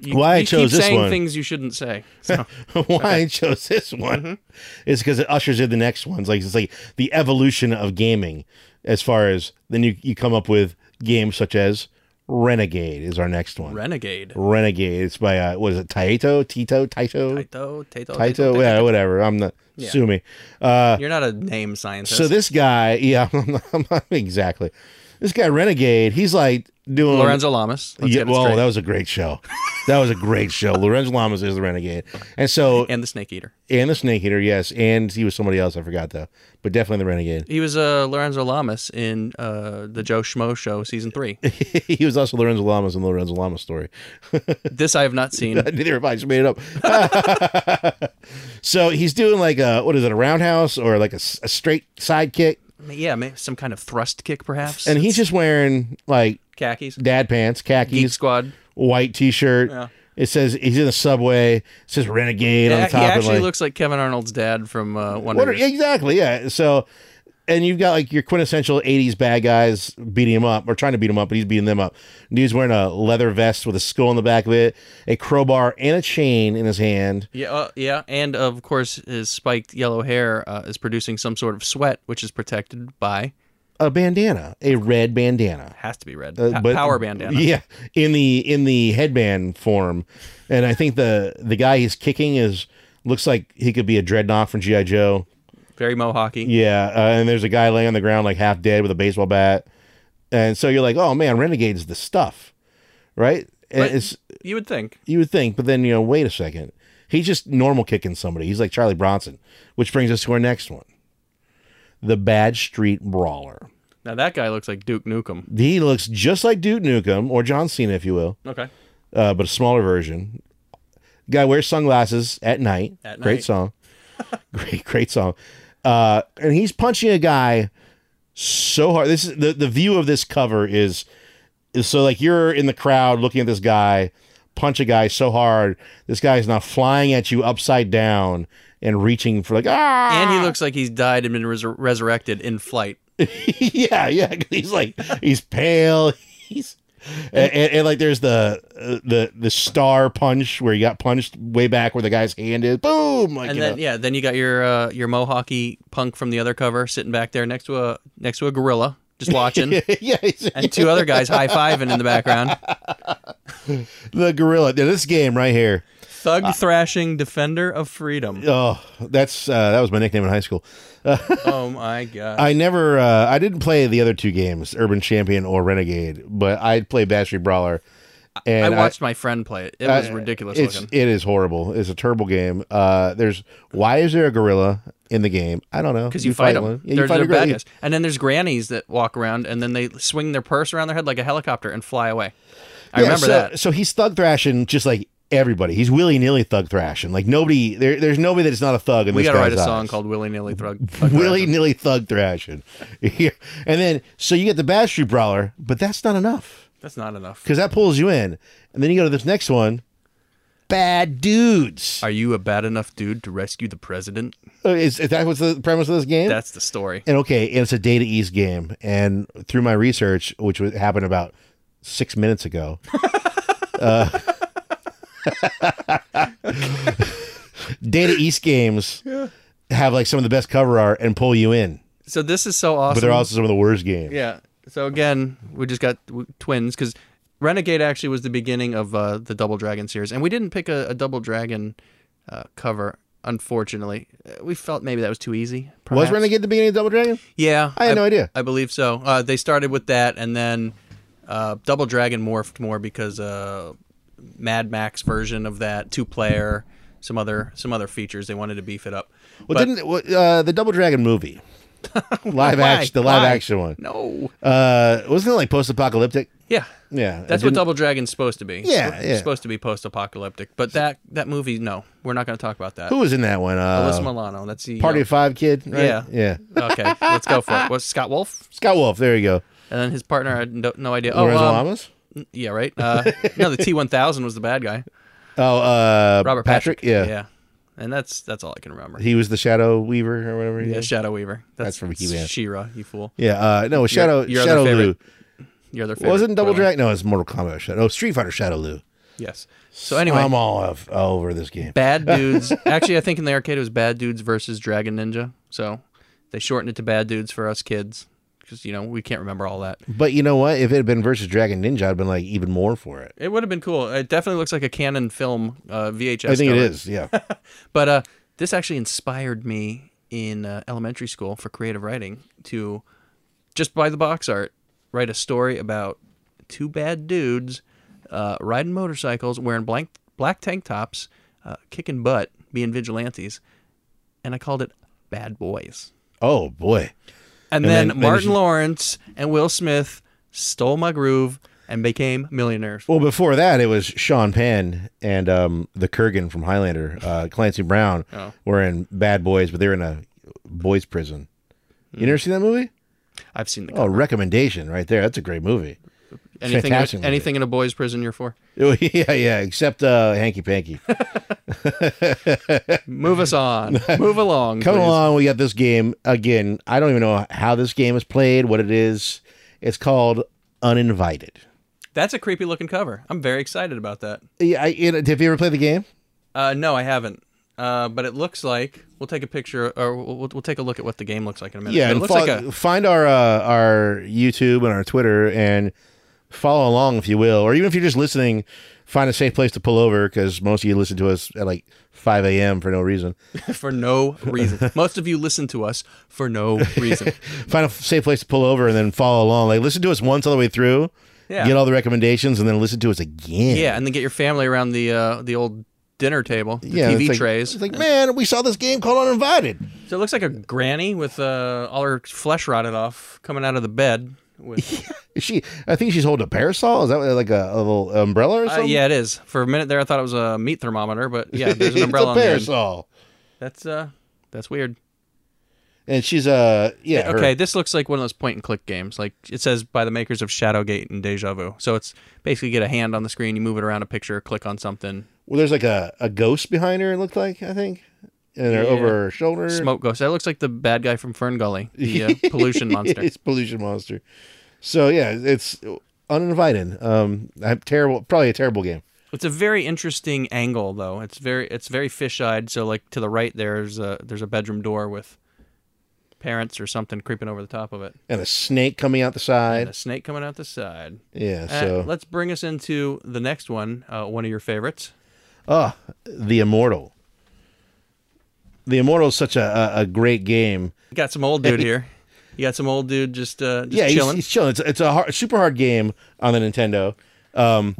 [SPEAKER 4] You-
[SPEAKER 5] Why I
[SPEAKER 4] you
[SPEAKER 5] chose
[SPEAKER 4] keep
[SPEAKER 5] this
[SPEAKER 4] saying
[SPEAKER 5] one.
[SPEAKER 4] Things you shouldn't say. So,
[SPEAKER 5] why I chose this
[SPEAKER 4] Mm-hmm.
[SPEAKER 5] one is because it ushers in the next ones. Like it's like the evolution of gaming, as far as then you you come up with games such as Renegade is our next one.
[SPEAKER 4] renegade.
[SPEAKER 5] Renegade. It's by uh, what is it? Taito, Tito, Taito,
[SPEAKER 4] Taito, Taito, Taito,
[SPEAKER 5] Taito. Yeah, whatever. I'm not sue me. Uh,
[SPEAKER 4] You're not a name scientist.
[SPEAKER 5] so this guy, yeah, I'm not, I'm not- exactly. This guy Renegade. He's like doing
[SPEAKER 4] Lorenzo Lamas. Let's
[SPEAKER 5] yeah,
[SPEAKER 4] get it
[SPEAKER 5] well,
[SPEAKER 4] straight.
[SPEAKER 5] that was a great show. That was a great show. Lorenzo Lamas is the Renegade, and so and,
[SPEAKER 4] and the Snake Eater.
[SPEAKER 5] the Snake Eater, yes, and he was somebody else I forgot though, but definitely the Renegade.
[SPEAKER 4] He was uh, Lorenzo Lamas in uh, the Joe Schmo Show season three.
[SPEAKER 5] he was also Lorenzo Lamas in the Lorenzo Lamas story.
[SPEAKER 4] this I have not seen.
[SPEAKER 5] Neither of I just made it up. so he's doing like a what is it, a roundhouse or like a, s- a straight side kick,
[SPEAKER 4] yeah, maybe some kind of thrust kick, perhaps.
[SPEAKER 5] and he's just wearing like
[SPEAKER 4] khakis.
[SPEAKER 5] dad pants,
[SPEAKER 4] Geek
[SPEAKER 5] khakis,
[SPEAKER 4] Squad.
[SPEAKER 5] white T-shirt.
[SPEAKER 4] Yeah.
[SPEAKER 5] It says he's in the subway. It says Renegade on the
[SPEAKER 4] Yeah, he
[SPEAKER 5] top. and
[SPEAKER 4] actually
[SPEAKER 5] like,
[SPEAKER 4] looks like Kevin Arnold's dad from uh, Wonder
[SPEAKER 5] What are,
[SPEAKER 4] Years.
[SPEAKER 5] exactly, yeah. So, and you've got like your quintessential 80s bad guys beating him up or trying to beat him up, but he's beating them up. And he's wearing a leather vest with a skull in the back of it, a crowbar, and a chain in his hand.
[SPEAKER 4] Yeah, uh, yeah, and of course his spiked yellow hair uh, is producing some sort of sweat, which is protected by
[SPEAKER 5] A bandana, a red bandana.
[SPEAKER 4] has to be red
[SPEAKER 5] Uh,
[SPEAKER 4] Pa-
[SPEAKER 5] but-
[SPEAKER 4] power bandana.
[SPEAKER 5] Yeah, in the in the headband form, and I think the the guy he's kicking is looks like he could be a dreadnought from GI Joe.
[SPEAKER 4] Very Mohawky.
[SPEAKER 5] Yeah, uh, and there's a guy laying on the ground like half dead with a baseball bat, and so you're like, oh man, Renegade's the stuff, right? And
[SPEAKER 4] But-
[SPEAKER 5] it's
[SPEAKER 4] You would think.
[SPEAKER 5] you would think, but then you know, wait a second, he's just normal kicking somebody. He's like Charlie Bronson, which brings us to our next one, the Bad Street Brawler.
[SPEAKER 4] Now that guy looks like Duke Nukem.
[SPEAKER 5] He looks just like Duke Nukem or John Cena, if you will,
[SPEAKER 4] Okay.
[SPEAKER 5] uh, but a smaller version. Guy wears sunglasses at night.
[SPEAKER 4] At
[SPEAKER 5] great
[SPEAKER 4] night.
[SPEAKER 5] song, great great song. Uh, and he's punching a guy so hard. This is the the view of this cover is is so like you're in the crowd looking at this guy punch a guy so hard. This guy is now flying at you upside down and reaching for like ah.
[SPEAKER 4] And he looks like he's died and been resur- resurrected in flight.
[SPEAKER 5] yeah, yeah. 'cause He's like he's pale. He's and, and, and, like there's the uh, the the star punch where he got punched way back where the guy's hand is. Boom! Like
[SPEAKER 4] And
[SPEAKER 5] you
[SPEAKER 4] then
[SPEAKER 5] know.
[SPEAKER 4] yeah, then you got your uh, your Mohawky punk from the other cover sitting back there next to a next to a gorilla just watching,
[SPEAKER 5] yeah, he's-
[SPEAKER 4] and two other guys high fiving in the background.
[SPEAKER 5] the gorilla. Now, this game right here.
[SPEAKER 4] Thug thrashing defender of freedom.
[SPEAKER 5] Oh, that's uh, that was my nickname in high school.
[SPEAKER 4] Oh my god!
[SPEAKER 5] I never, uh, I didn't play the other two games, Urban Champion or Renegade, but I played Bash Street Brawler. And
[SPEAKER 4] I watched my friend play it. It was
[SPEAKER 5] uh,
[SPEAKER 4] ridiculous
[SPEAKER 5] it's,
[SPEAKER 4] looking.
[SPEAKER 5] It is horrible. It's a terrible game. Uh, there's why is there a gorilla in the game? I don't know.
[SPEAKER 4] Because you, fight 'em.
[SPEAKER 5] one.
[SPEAKER 4] fight them,
[SPEAKER 5] Yeah, you
[SPEAKER 4] they're,
[SPEAKER 5] fight a
[SPEAKER 4] they're
[SPEAKER 5] gorilla.
[SPEAKER 4] bad guys. And then there's grannies that walk around and then they swing their purse around their head like a helicopter and fly away. I
[SPEAKER 5] Yeah,
[SPEAKER 4] remember
[SPEAKER 5] so,
[SPEAKER 4] that.
[SPEAKER 5] So he's thug thrashing just like everybody. He's willy nilly thug thrashing. Like nobody, there, there's nobody that is not a thug. In
[SPEAKER 4] We
[SPEAKER 5] this
[SPEAKER 4] got to
[SPEAKER 5] guy's
[SPEAKER 4] write a song
[SPEAKER 5] eyes.
[SPEAKER 4] called Willy Nilly Thrug.
[SPEAKER 5] willy nilly thug thrashing. Yeah. and then so you get the Bash Street Brawler, but that's not enough.
[SPEAKER 4] That's not enough.
[SPEAKER 5] because that pulls you in. And then you go to this next one, bad dudes.
[SPEAKER 4] Are you a bad enough dude to rescue the president?
[SPEAKER 5] Uh, Is, is that what's the premise of this game?
[SPEAKER 4] That's the story.
[SPEAKER 5] and okay, and it's a data east game. And through my research, which was, happened about six minutes ago, uh, data east games have like some of the best cover art and pull you in,
[SPEAKER 4] So this is so awesome.
[SPEAKER 5] but they're also some of the worst games.
[SPEAKER 4] yeah. So again, we just got w- twins because Renegade actually was the beginning of uh, the Double Dragon series, and we didn't pick a, a Double Dragon uh, cover. Unfortunately, Uh, we felt maybe that was too easy.
[SPEAKER 5] Was
[SPEAKER 4] perhaps.
[SPEAKER 5] Renegade the beginning of Double Dragon?
[SPEAKER 4] Yeah,
[SPEAKER 5] I had no idea.
[SPEAKER 4] I believe so. Uh, they started with that, and then uh, Double Dragon morphed more because uh, Mad Max version of that two player, some other some other features they wanted to beef it up.
[SPEAKER 5] Well,
[SPEAKER 4] But-
[SPEAKER 5] didn't well, uh, the Double Dragon movie, live
[SPEAKER 4] Why?
[SPEAKER 5] action, the live
[SPEAKER 4] Why?
[SPEAKER 5] action one?
[SPEAKER 4] No.
[SPEAKER 5] Uh, wasn't it like post-apocalyptic?
[SPEAKER 4] Yeah.
[SPEAKER 5] Yeah, it
[SPEAKER 4] That's what
[SPEAKER 5] didn't-
[SPEAKER 4] Double Dragon's supposed to be. It's
[SPEAKER 5] Yeah,
[SPEAKER 4] supposed-
[SPEAKER 5] yeah.
[SPEAKER 4] supposed to be post-apocalyptic, but that that movie, no, we're not going to talk about that.
[SPEAKER 5] Who was in that one? Uh,
[SPEAKER 4] Alyssa Milano. That's the
[SPEAKER 5] Party of Five kid. right?
[SPEAKER 4] Yeah.
[SPEAKER 5] yeah.
[SPEAKER 4] okay, let's go for it. Was Scott Wolf
[SPEAKER 5] Scott Wolf. There you go.
[SPEAKER 4] and then his partner? I had no, no idea. Oh,
[SPEAKER 5] Lorenzo
[SPEAKER 4] um,
[SPEAKER 5] Lamas.
[SPEAKER 4] yeah, right. Uh, no, the T one thousand was the bad guy.
[SPEAKER 5] Oh, uh,
[SPEAKER 4] Robert Patrick.
[SPEAKER 5] Yeah.
[SPEAKER 4] yeah, and that's that's all I can remember.
[SPEAKER 5] he was the Shadow Weaver or whatever. He
[SPEAKER 4] Yeah,
[SPEAKER 5] is.
[SPEAKER 4] Shadow Weaver. That's,
[SPEAKER 5] from He-Man.
[SPEAKER 4] She-Ra, you fool.
[SPEAKER 5] yeah. Uh, no, Shadow.
[SPEAKER 4] your other
[SPEAKER 5] Shadow Lou.
[SPEAKER 4] favorite Your other favorite.
[SPEAKER 5] Wasn't Double
[SPEAKER 4] villain.
[SPEAKER 5] Dragon? No, it's Mortal Kombat. Shadow. Oh, Street Fighter Shadow Lou.
[SPEAKER 4] Yes. So anyway,
[SPEAKER 5] I'm all, of, all over this game.
[SPEAKER 4] Bad Dudes. Actually, I think in the arcade it was Bad Dudes versus Dragon Ninja. So they shortened it to Bad Dudes for us kids because you know we can't remember all that.
[SPEAKER 5] But you know what? If it had been versus Dragon Ninja, I'd been like even more for it.
[SPEAKER 4] It would have been cool. It definitely looks like a Canon film uh, VHS.
[SPEAKER 5] I think it
[SPEAKER 4] cover.
[SPEAKER 5] is. Yeah.
[SPEAKER 4] But uh, this actually inspired me in uh, elementary school for creative writing to just buy the box art, write a story about two bad dudes uh, riding motorcycles, wearing blank, black tank tops, uh, kicking butt, being vigilantes, and I called it Bad Boys.
[SPEAKER 5] oh boy. And
[SPEAKER 4] And,
[SPEAKER 5] then-
[SPEAKER 4] then,
[SPEAKER 5] then
[SPEAKER 4] Martin
[SPEAKER 5] you-
[SPEAKER 4] Lawrence and Will Smith stole my groove and became millionaires.
[SPEAKER 5] Well, before that, it was Sean Penn and um, the Kurgan from Highlander, uh, Clancy Brown,
[SPEAKER 4] Oh.
[SPEAKER 5] were in Bad Boys, but they were in a boys' prison. You
[SPEAKER 4] Hmm.
[SPEAKER 5] never seen that movie?
[SPEAKER 4] I've seen the
[SPEAKER 5] Oh, recommendation right there. That's a great movie.
[SPEAKER 4] anything
[SPEAKER 5] fantastic movie.
[SPEAKER 4] anything in a boys' prison you're for.
[SPEAKER 5] yeah, yeah, except uh, Hanky Panky.
[SPEAKER 4] Move us on. Move along.
[SPEAKER 5] Coming
[SPEAKER 4] please.
[SPEAKER 5] along, we got this game again. I don't even know how this game is played, what it is. It's called Uninvited.
[SPEAKER 4] That's a creepy looking cover. I'm very excited about that.
[SPEAKER 5] Yeah, I, it, have you ever played the game?
[SPEAKER 4] Uh, no, I haven't. Uh, but it looks like we'll take a picture, or we'll, we'll- we'll take a look at what the game looks like in a minute.
[SPEAKER 5] Yeah,
[SPEAKER 4] But it
[SPEAKER 5] and
[SPEAKER 4] looks
[SPEAKER 5] fo-
[SPEAKER 4] like a
[SPEAKER 5] find our uh, our YouTube and our Twitter and follow along if you will, or even if you're just listening, find a safe place to pull over because most of you listen to us at like 5 a.m. for no reason.
[SPEAKER 4] for no reason. Most of you listen to us for no reason.
[SPEAKER 5] Find a f- safe place to pull over and then follow along. Like listen to us once all the way through,
[SPEAKER 4] Yeah.
[SPEAKER 5] get all the recommendations, and then listen to us again.
[SPEAKER 4] yeah, and then get your family around the uh, the old dinner table, the
[SPEAKER 5] Yeah,
[SPEAKER 4] TV
[SPEAKER 5] it's like,
[SPEAKER 4] trays.
[SPEAKER 5] It's like, man, we saw this game called Uninvited.
[SPEAKER 4] so it looks like a granny with uh, all her flesh rotted off coming out of the bed. With,
[SPEAKER 5] Is she, I think she's holding a parasol. Is that what- like a, a little umbrella or
[SPEAKER 4] uh,
[SPEAKER 5] something?
[SPEAKER 4] yeah, it is. For a minute there, I thought it was a meat thermometer, but yeah, there's an
[SPEAKER 5] It's
[SPEAKER 4] umbrella
[SPEAKER 5] a
[SPEAKER 4] on the end.
[SPEAKER 5] parasol.
[SPEAKER 4] That's uh, that's weird.
[SPEAKER 5] And she's uh yeah. her-
[SPEAKER 4] Okay, this looks like one of those point and click games. Like it says by the makers of Shadowgate and Deja Vu. So it's basically get a hand on the screen, you move it around a picture, click on something,
[SPEAKER 5] Well, there's like a, a ghost behind her. It looked like I think, and her
[SPEAKER 4] Yeah.
[SPEAKER 5] over her shoulder.
[SPEAKER 4] smoke goes. That looks like the bad guy from Fern Gully, the uh, pollution monster.
[SPEAKER 5] it's pollution monster. So yeah, it's uninvited. Um, I'm terrible. Probably a terrible game.
[SPEAKER 4] It's a very interesting angle, though. It's very it's very fish eyed. So like to the right there's a there's a bedroom door with parents or something creeping over the top of it.
[SPEAKER 5] and a snake coming out the
[SPEAKER 4] And
[SPEAKER 5] side.
[SPEAKER 4] a snake coming out the side.
[SPEAKER 5] Yeah,
[SPEAKER 4] Uh,
[SPEAKER 5] so
[SPEAKER 4] let's bring us into the next one, uh, one of your favorites.
[SPEAKER 5] oh, the immortal. The immortal is such a, a, a great game.
[SPEAKER 4] You got some old dude here. You got some old dude just, uh, just
[SPEAKER 5] yeah, he's-
[SPEAKER 4] chilling.
[SPEAKER 5] He's, chilling. It's, it's a hard, super hard game on the Nintendo. Um,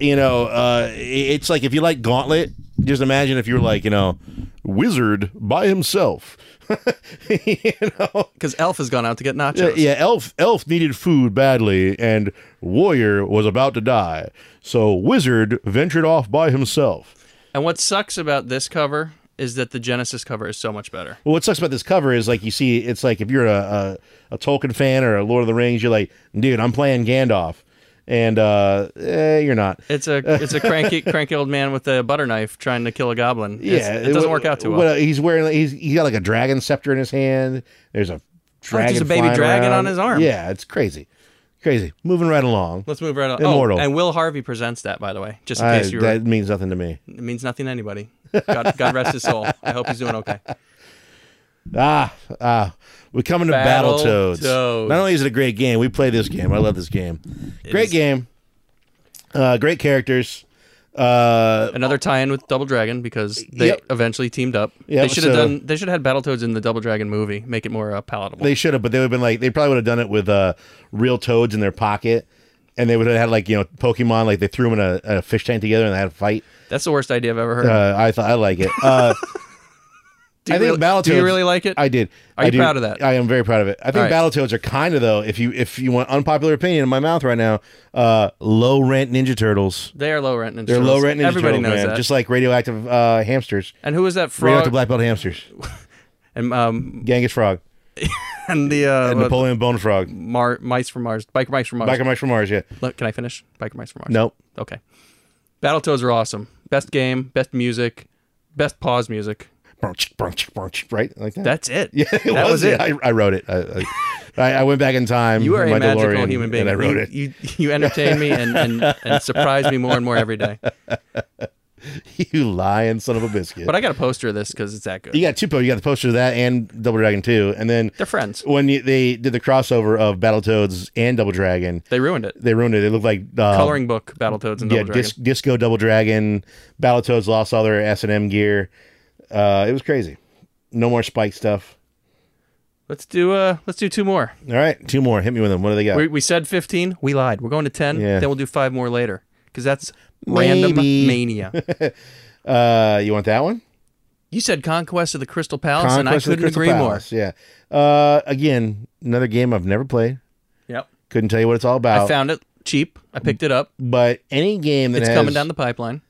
[SPEAKER 5] you know, uh, i- it's like if you like Gauntlet, just imagine if you were like, you know, Wizard by himself. you know,
[SPEAKER 4] Because Elf has gone out to get
[SPEAKER 5] yeah,
[SPEAKER 4] nachos.
[SPEAKER 5] yeah, Elf Elf needed food badly, and Warrior was about to die, so Wizard ventured off by himself.
[SPEAKER 4] And what sucks about this cover is that the Genesis cover is so much better.
[SPEAKER 5] Well, what sucks about this cover is like you see, it's like if you're a, a, a Tolkien fan or a Lord of the Rings, you're like, dude, I'm playing Gandalf, and uh, eh, you're not.
[SPEAKER 4] It's a it's a cranky cranky old man with a butter knife trying to kill a goblin. It's-
[SPEAKER 5] Yeah,
[SPEAKER 4] it doesn't work out too well.
[SPEAKER 5] what- he's wearing, he's he's got like a dragon scepter in his hand. There's a dragon,
[SPEAKER 4] there's Oh, a baby
[SPEAKER 5] flying
[SPEAKER 4] dragon
[SPEAKER 5] around.
[SPEAKER 4] on his arm.
[SPEAKER 5] Yeah, it's crazy, crazy. Moving right along.
[SPEAKER 4] Let's move right on.
[SPEAKER 5] Immortal.
[SPEAKER 4] Oh, and Will Harvey presents that, by the way, just in
[SPEAKER 5] I-
[SPEAKER 4] case you were.
[SPEAKER 5] that means nothing to me.
[SPEAKER 4] It means nothing to anybody. God, God rest his soul. I hope he's doing okay.
[SPEAKER 5] Ah, ah, we're coming to Battle Toads.
[SPEAKER 4] Battletoads.
[SPEAKER 5] Not only is it a great game, we play this game. I love this game. great
[SPEAKER 4] is-
[SPEAKER 5] game. Uh, great characters. Uh,
[SPEAKER 4] Another tie-in with Double Dragon because they
[SPEAKER 5] Yep.
[SPEAKER 4] eventually teamed up.
[SPEAKER 5] Yep,
[SPEAKER 4] they should have
[SPEAKER 5] so-
[SPEAKER 4] done. They should have had Battletoads in the Double Dragon movie, make it more uh, palatable.
[SPEAKER 5] they should have, but they would have been like they probably would have done it with uh, real toads in their pocket, and they would have had like you know Pokemon like they threw them in a, a fish tank together and they had a fight.
[SPEAKER 4] That's the worst idea I've ever heard.
[SPEAKER 5] Uh, I thought I like it. Uh,
[SPEAKER 4] do you
[SPEAKER 5] I think
[SPEAKER 4] really, do
[SPEAKER 5] Battletoads-
[SPEAKER 4] you really like it?
[SPEAKER 5] I did.
[SPEAKER 4] Are
[SPEAKER 5] I
[SPEAKER 4] you
[SPEAKER 5] do-
[SPEAKER 4] proud of that?
[SPEAKER 5] I am very proud of it. I think
[SPEAKER 4] All right.
[SPEAKER 5] Battletoads are kind of though, if you if you want unpopular opinion in my mouth right now, uh, low rent Ninja Turtles.
[SPEAKER 4] they are low rent. Ninja
[SPEAKER 5] They're
[SPEAKER 4] Turtles.
[SPEAKER 5] low rent Ninja
[SPEAKER 4] Everybody
[SPEAKER 5] Turtles,
[SPEAKER 4] knows
[SPEAKER 5] man.
[SPEAKER 4] that.
[SPEAKER 5] Just like radioactive uh, hamsters,
[SPEAKER 4] and who was that
[SPEAKER 5] radioactive black
[SPEAKER 4] frog?
[SPEAKER 5] belt hamsters,
[SPEAKER 4] and um
[SPEAKER 5] Genghis frog,
[SPEAKER 4] and the uh,
[SPEAKER 5] and Napoleon Bone Frog,
[SPEAKER 4] Mar- mice from Mars, biker mice from Mars.
[SPEAKER 5] Biker Mike from Mars. Yeah,
[SPEAKER 4] Look, can I finish? Biker Mice from Mars.
[SPEAKER 5] nope.
[SPEAKER 4] Okay. Battletoads are awesome. Best game, best music, best pause music.
[SPEAKER 5] Brunch, brunch, brunch, right like that.
[SPEAKER 4] That's it. Yeah,
[SPEAKER 5] It
[SPEAKER 4] that was, it.
[SPEAKER 5] I, I wrote it. I, I, I- I went back in time.
[SPEAKER 4] you are
[SPEAKER 5] in my
[SPEAKER 4] a magical
[SPEAKER 5] DeLorean,
[SPEAKER 4] human being.
[SPEAKER 5] and I wrote
[SPEAKER 4] you,
[SPEAKER 5] it.
[SPEAKER 4] You, you entertain me and, and, and surprise me more and more every day.
[SPEAKER 5] you lying son of a biscuit.
[SPEAKER 4] But I got a poster of this because it's that good.
[SPEAKER 5] you got two. po- You got the poster of that and Double Dragon two, and then
[SPEAKER 4] They're friends.
[SPEAKER 5] when you, they did the crossover of Battletoads and Double Dragon,
[SPEAKER 4] They ruined it.
[SPEAKER 5] they ruined it. It looked like uh,
[SPEAKER 4] Coloring book, Battletoads,
[SPEAKER 5] Um,
[SPEAKER 4] and
[SPEAKER 5] yeah,
[SPEAKER 4] Double Dragon.
[SPEAKER 5] dis- disco Double Dragon. Battletoads lost all their S and M gear. Uh, it was crazy. No more spike stuff.
[SPEAKER 4] let's do uh, let's do two more.
[SPEAKER 5] All right, two more. Hit me with them. What do they got?
[SPEAKER 4] We, we said fifteen. We lied. We're going to ten.
[SPEAKER 5] Yeah.
[SPEAKER 4] Then we'll do five more later because that's random
[SPEAKER 5] Maybe.
[SPEAKER 4] mania.
[SPEAKER 5] Uh, you want that one?
[SPEAKER 4] You said Conquest of the Crystal Palace, and I
[SPEAKER 5] Conquest of the
[SPEAKER 4] couldn't
[SPEAKER 5] Crystal
[SPEAKER 4] agree
[SPEAKER 5] Palace, Yeah. Uh, again, another game I've never played.
[SPEAKER 4] more. Yep.
[SPEAKER 5] Couldn't tell you what it's all about.
[SPEAKER 4] I found it cheap. I picked it up.
[SPEAKER 5] but any game that
[SPEAKER 4] It's
[SPEAKER 5] has,
[SPEAKER 4] coming down the pipeline.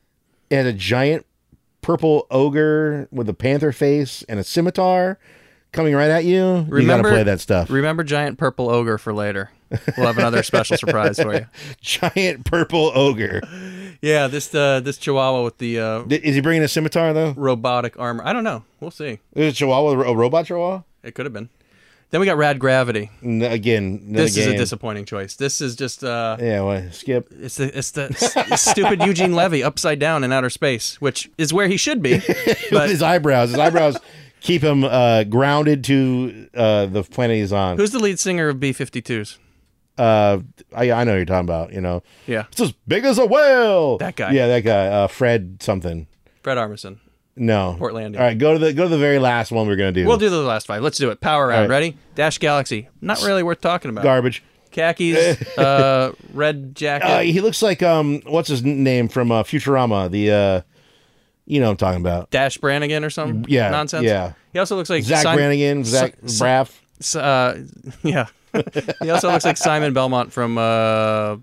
[SPEAKER 5] it had a giant purple ogre with a panther face and a scimitar coming right at you, you got to
[SPEAKER 4] Remember-
[SPEAKER 5] play that stuff.
[SPEAKER 4] Remember giant purple ogre for later. We'll have another special surprise for you.
[SPEAKER 5] giant purple ogre.
[SPEAKER 4] Yeah, this uh, this chihuahua with the uh,
[SPEAKER 5] Th- Is he bringing a scimitar though?
[SPEAKER 4] robotic armor. I don't know. We'll see.
[SPEAKER 5] Is it Chihuahua, a robot Chihuahua?
[SPEAKER 4] It could have been. Then we got Rad Gravity.
[SPEAKER 5] N- again, another
[SPEAKER 4] This is a
[SPEAKER 5] game.
[SPEAKER 4] disappointing choice. This is just uh,
[SPEAKER 5] yeah, well, skip.
[SPEAKER 4] it's the it's the s- stupid Eugene Levy upside down in outer space, which is where he should be.
[SPEAKER 5] With
[SPEAKER 4] But
[SPEAKER 5] his eyebrows, his eyebrows keep him uh, grounded to uh, the planet he's on.
[SPEAKER 4] who's the lead singer of B52s?
[SPEAKER 5] uh, I, I know who you're talking about. You know,
[SPEAKER 4] Yeah,
[SPEAKER 5] it's as big as a whale.
[SPEAKER 4] That guy.
[SPEAKER 5] Yeah, that guy. Uh, Fred something.
[SPEAKER 4] Fred Armisen.
[SPEAKER 5] No,
[SPEAKER 4] Portlandia.
[SPEAKER 5] All right, go to the go to the very last one we're gonna do.
[SPEAKER 4] We'll do the last five. Let's do it. Power round.
[SPEAKER 5] right.
[SPEAKER 4] Ready? Dash Galaxy. Not really worth talking about.
[SPEAKER 5] garbage.
[SPEAKER 4] Khakis, uh, red jacket.
[SPEAKER 5] Uh, he looks like um, what's his n- name from uh, Futurama? The uh, you know what I'm talking about.
[SPEAKER 4] Dash Brannigan or something.
[SPEAKER 5] Yeah,
[SPEAKER 4] Nonsense.
[SPEAKER 5] yeah.
[SPEAKER 4] He also looks like
[SPEAKER 5] Zach
[SPEAKER 4] Sim-
[SPEAKER 5] Brannigan, Zach
[SPEAKER 4] Si-
[SPEAKER 5] Braff.
[SPEAKER 4] Si- uh, yeah. he also looks like Simon Belmont from uh,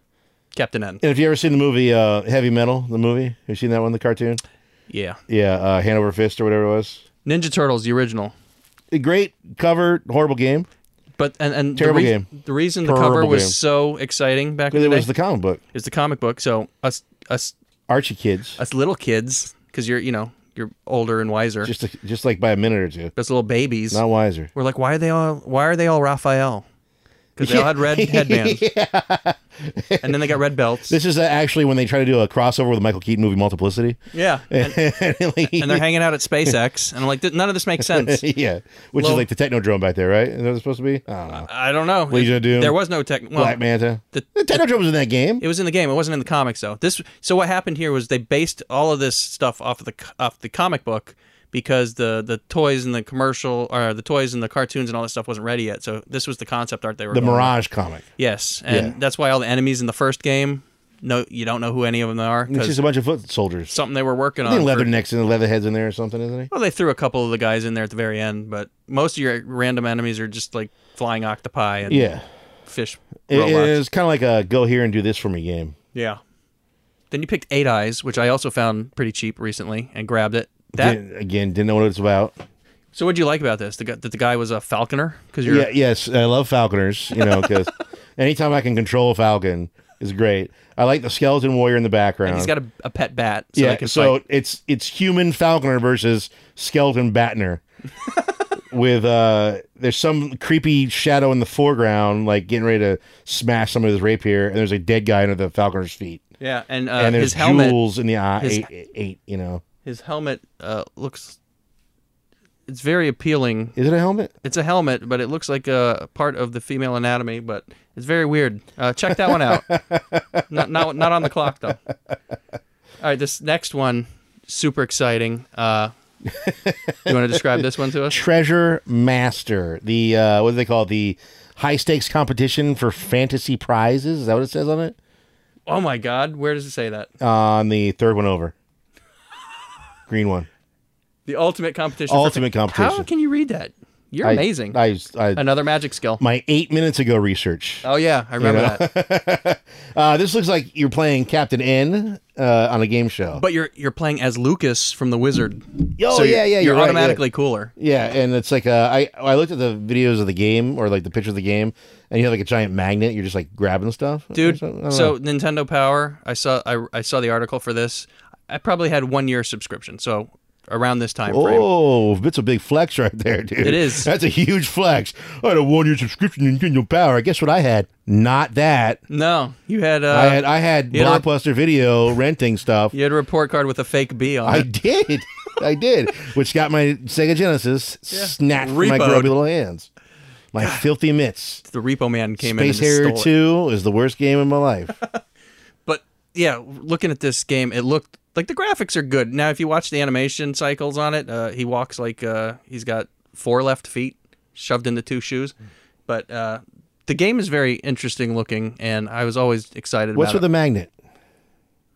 [SPEAKER 4] Captain N.
[SPEAKER 5] And if you ever seen the movie uh, Heavy Metal, the movie, have you seen that one, the cartoon?
[SPEAKER 4] Yeah.
[SPEAKER 5] Yeah, uh, Hand Over Fist or whatever it was.
[SPEAKER 4] Ninja Turtles, the original.
[SPEAKER 5] A great cover, horrible game.
[SPEAKER 4] But and and
[SPEAKER 5] Terrible
[SPEAKER 4] the,
[SPEAKER 5] game.
[SPEAKER 4] the reason the
[SPEAKER 5] Terrible
[SPEAKER 4] cover was
[SPEAKER 5] game.
[SPEAKER 4] so exciting back in
[SPEAKER 5] It
[SPEAKER 4] the
[SPEAKER 5] was the
[SPEAKER 4] day
[SPEAKER 5] comic book.
[SPEAKER 4] is the comic book. So us us
[SPEAKER 5] Archie Kids,
[SPEAKER 4] us little kids, because you're you know you're older and wiser,
[SPEAKER 5] just just like by a minute or two,
[SPEAKER 4] but us little babies.
[SPEAKER 5] not wiser.
[SPEAKER 4] We're like, why are they all? Why are they all Raphael? because they all had red headbands, and then they got red belts.
[SPEAKER 5] This is uh, actually when they try to do a crossover with the Michael Keaton movie Multiplicity.
[SPEAKER 4] yeah, and, and they're hanging out at SpaceX, and I'm like, "Th- none of this makes sense.
[SPEAKER 5] yeah, which
[SPEAKER 4] Low-
[SPEAKER 5] is like the Technodrome back there, right? Is that what it's supposed to be? I don't know.
[SPEAKER 4] I don't know.
[SPEAKER 5] Legion of Doom.
[SPEAKER 4] There was no tech. Well,
[SPEAKER 5] Black Manta. The,
[SPEAKER 4] Uh, um, the-
[SPEAKER 5] Technodrome was in that game.
[SPEAKER 4] It was in the game. It wasn't in the comics though. This so what happened here was they based all of this stuff off of the off the comic book because the the toys and the commercial or the toys and the cartoons and all that stuff wasn't ready yet. So this was the concept art they were
[SPEAKER 5] the
[SPEAKER 4] going with.
[SPEAKER 5] Mirage comic,
[SPEAKER 4] Yes, and
[SPEAKER 5] Yeah.
[SPEAKER 4] that's why all the enemies in the first game, no, you don't know who any of them are
[SPEAKER 5] which
[SPEAKER 4] because
[SPEAKER 5] is a bunch of foot soldiers.
[SPEAKER 4] something they were working
[SPEAKER 5] I
[SPEAKER 4] on.
[SPEAKER 5] think
[SPEAKER 4] uh, for-
[SPEAKER 5] Leathernecks and Leatherheads in there or something, isn't he?
[SPEAKER 4] well, they threw a couple of the guys in there at the very end, but most of your random enemies are just like flying octopi and
[SPEAKER 5] Yeah.
[SPEAKER 4] fish
[SPEAKER 5] It, it
[SPEAKER 4] robots.
[SPEAKER 5] is kind of like a go here and do this for me game.
[SPEAKER 4] Yeah. Then you picked Eight Eyes, which I also found pretty cheap recently, and grabbed it. That.
[SPEAKER 5] Didn't- again, didn't know what it's about.
[SPEAKER 4] So, what'd you like about this? The, gu- that the guy was a falconer because you're
[SPEAKER 5] Yeah, yes, I love falconers. You know, because anytime I can control a falcon is great. I like the skeleton warrior in the background.
[SPEAKER 4] and he's got a, a pet bat. So they
[SPEAKER 5] yeah,
[SPEAKER 4] can
[SPEAKER 5] so
[SPEAKER 4] fight.
[SPEAKER 5] it's it's human falconer versus skeleton batner. With uh, there's some creepy shadow in the foreground, like getting ready to smash some of his rapier, and there's a dead guy under the falconer's feet,
[SPEAKER 4] yeah, and, uh,
[SPEAKER 5] and there's
[SPEAKER 4] his helmet.
[SPEAKER 5] jewels in the eye.
[SPEAKER 4] his-
[SPEAKER 5] eight, eight, eight, you know,
[SPEAKER 4] His helmet uh, looks. It's very appealing.
[SPEAKER 5] is it a helmet?
[SPEAKER 4] It's a helmet, but it looks like a part of the female anatomy. But it's very weird. Uh, check that one out. not, not not on the clock though. All right, this next one, super exciting. Uh, you want to describe this one to us?
[SPEAKER 5] Treasure Master, the uh, what do they call it? the high stakes competition for fantasy prizes? Is that what it says on it?
[SPEAKER 4] Oh my God, where does it say that?
[SPEAKER 5] On the third one over, green one.
[SPEAKER 4] The ultimate competition. for-
[SPEAKER 5] Ultimate competition.
[SPEAKER 4] How can you read that? You're
[SPEAKER 5] I-
[SPEAKER 4] amazing.
[SPEAKER 5] I, I,
[SPEAKER 4] Another magic skill.
[SPEAKER 5] my eight minutes ago research.
[SPEAKER 4] oh yeah, I remember that.
[SPEAKER 5] Uh, this looks like you're playing Captain N uh, on a game show.
[SPEAKER 4] But you're you're playing as Lucas from The Wizard.
[SPEAKER 5] Oh,
[SPEAKER 4] so you're-
[SPEAKER 5] yeah, yeah,
[SPEAKER 4] You're,
[SPEAKER 5] you're right,
[SPEAKER 4] automatically cooler.
[SPEAKER 5] yeah, and it's like uh, I I looked at the videos of the game or like the picture of the game, and you have like a giant magnet. You're just like grabbing stuff, or
[SPEAKER 4] dude.
[SPEAKER 5] something? I don't
[SPEAKER 4] So
[SPEAKER 5] know.
[SPEAKER 4] Nintendo Power, I saw I, I saw the article for this. I probably had one year subscription, so around this time frame.
[SPEAKER 5] Oh, it's a big flex right there, dude.
[SPEAKER 4] It is.
[SPEAKER 5] That's a huge flex. I had a one year subscription in Nintendo Power. Guess what I had? Not that.
[SPEAKER 4] No, you had uh,
[SPEAKER 5] I had I had
[SPEAKER 4] you know-
[SPEAKER 5] Blockbuster Video renting stuff.
[SPEAKER 4] you had a report card with a fake B on
[SPEAKER 5] I
[SPEAKER 4] it.
[SPEAKER 5] did. I did. Which got my Sega Genesis snatched from my
[SPEAKER 4] Repoed.
[SPEAKER 5] grubby little hands. My filthy mitts.
[SPEAKER 4] The Repo Man came
[SPEAKER 5] Space
[SPEAKER 4] in and just
[SPEAKER 5] Harrier
[SPEAKER 4] stole it.
[SPEAKER 5] 2 is the worst game in my life.
[SPEAKER 4] But yeah, looking at this game, it looked like the graphics are good. Now, if you watch the animation cycles on it, uh, he walks like uh, he's got four left feet shoved into two shoes. But uh, the game is very interesting looking, and I was always excited
[SPEAKER 5] What's with
[SPEAKER 4] about
[SPEAKER 5] the magnet?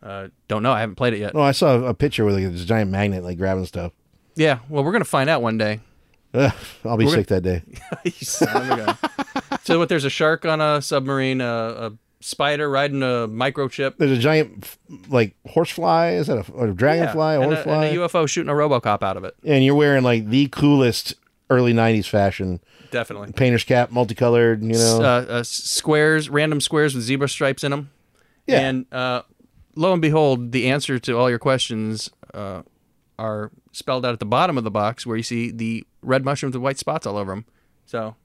[SPEAKER 4] it. Uh, don't know, I haven't played it yet.
[SPEAKER 5] Oh, I saw a picture with like, this giant magnet like grabbing stuff.
[SPEAKER 4] Yeah, well, we're gonna find out one day.
[SPEAKER 5] Ugh, I'll be sick that day.
[SPEAKER 4] You son of a gun. so what? There's a shark on a submarine, a, a spider riding a microchip,
[SPEAKER 5] There's a giant f- like horsefly. Is that a, or a dragonfly?
[SPEAKER 4] Yeah,
[SPEAKER 5] a
[SPEAKER 4] and,
[SPEAKER 5] horsefly?
[SPEAKER 4] a, and a UFO shooting a RoboCop out of it.
[SPEAKER 5] and you're wearing like the coolest early 90s fashion
[SPEAKER 4] Definitely.
[SPEAKER 5] painter's cap multicolored you know
[SPEAKER 4] Uh, uh, squares, random squares with zebra stripes in them.
[SPEAKER 5] Yeah.
[SPEAKER 4] And uh, lo and behold, the answer to all your questions uh, are spelled out at the bottom of the box, where you see the red mushrooms with white spots all over them. So